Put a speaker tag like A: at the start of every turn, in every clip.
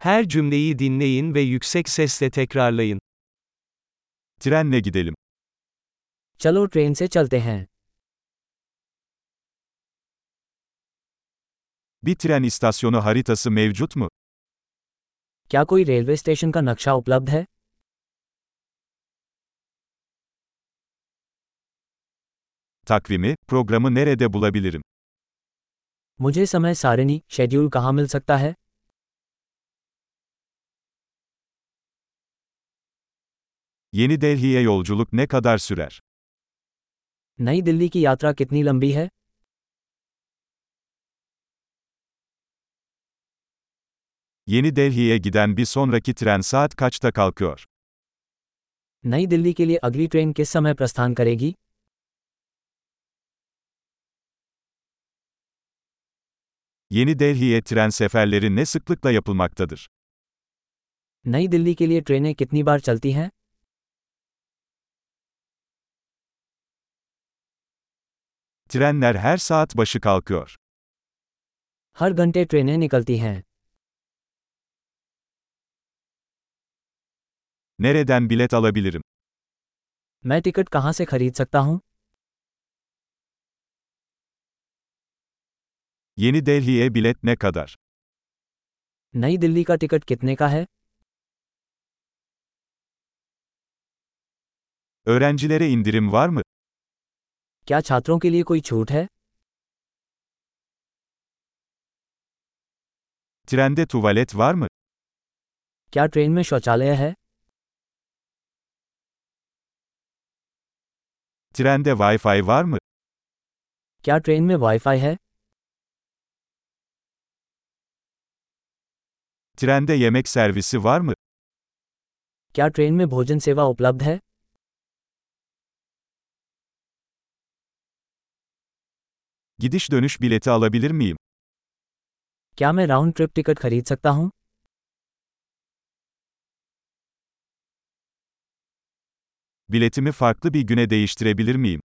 A: Her cümleyi dinleyin ve yüksek sesle tekrarlayın.
B: Trenle gidelim.
C: चलो train से चलते हैं
B: Bir tren istasyonu haritası mevcut mu?
C: क्या कोई रेलवे स्टेशन का नक्शा उपलब्ध है
B: Takvimi, programı nerede bulabilirim?
C: मुझे समय सारिणी शेड्यूल कहाँ मिल सकता है
B: Yeni Delhi'ye yolculuk ne kadar sürer?
C: नई दिल्ली की यात्रा कितनी लंबी है
B: Yeni Delhi'ye giden bir sonraki tren saat kaçta kalkıyor?
C: नई दिल्ली के लिए अगली ट्रेन किस समय प्रस्थान करेगी
B: Yeni Delhi'ye tren seferleri ne sıklıkla yapılmaktadır?
C: नई दिल्ली के लिए ट्रेनें कितनी बार चलती हैं
B: Trenler her saat başı kalkıyor.
C: हर घंटे ट्रेनें निकलती हैं
B: Nereden bilet alabilirim?
C: मैं टिकट कहाँ से खरीद सकता हूँ
B: Yeni Delhi'ye bilet ne kadar?
C: नई दिल्ली का टिकट कितने का है
B: Öğrencilere indirim var mı?
C: क्या छात्रों के लिए कोई छूट है
B: Trende tuvalet var mı?
C: क्या ट्रेन में शौचालय है
B: Trende Wi-Fi var mı?
C: क्या ट्रेन में वाईफाई है
B: Trende yemek servisi var mı?
C: क्या ट्रेन में भोजन सेवा उपलब्ध है
B: Gidiş dönüş bileti alabilir miyim?
C: क्या मैं राउंड ट्रिप टिकट खरीद सकता हूँ
B: Biletimi farklı bir güne değiştirebilir miyim?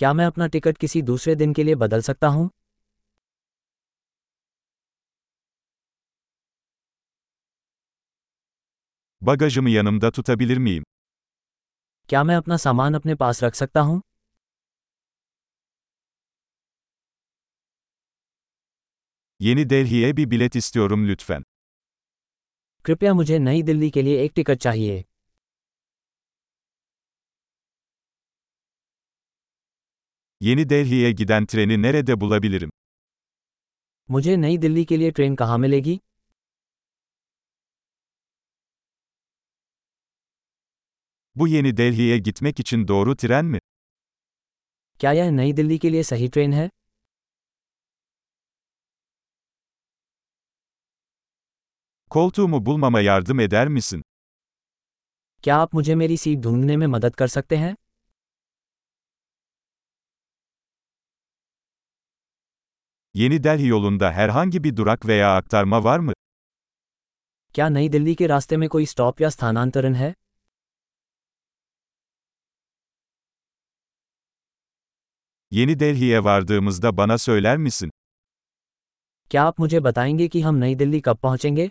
C: क्या मैं अपना टिकट किसी दूसरे दिन के लिए बदल सकता हूँ
B: Bagajımı yanımda tutabilir miyim?
C: क्या मैं अपना सामान अपने पास रख सकता हूँ
B: Yeni Delhi'ye bir bilet istiyorum lütfen.
C: कृपया मुझे नई दिल्ली के लिए एक टिकट चाहिए
B: Yeni Delhi'ye giden treni nerede bulabilirim?
C: मुझे नई दिल्ली के लिए ट्रेन कहाँ मिलेगी
B: Bu yeni Delhi'ye gitmek için doğru tren mi?
C: क्या यह नई दिल्ली के लिए सही ट्रेन है
B: Koltuğumu bulmama yardım eder misin?
C: क्या आप मुझे मेरी सीट ढूंढने में मदद कर सकते हैं
B: Yeni Delhi yolunda herhangi bir durak veya aktarma var mı?
C: क्या नई दिल्ली के रास्ते में कोई स्टॉप या स्थानांतरण है
B: Yeni Delhi'ye vardığımızda bana söyler misin?
C: क्या आप मुझे बताएंगे कि हम नई दिल्ली कब पहुंचेंगे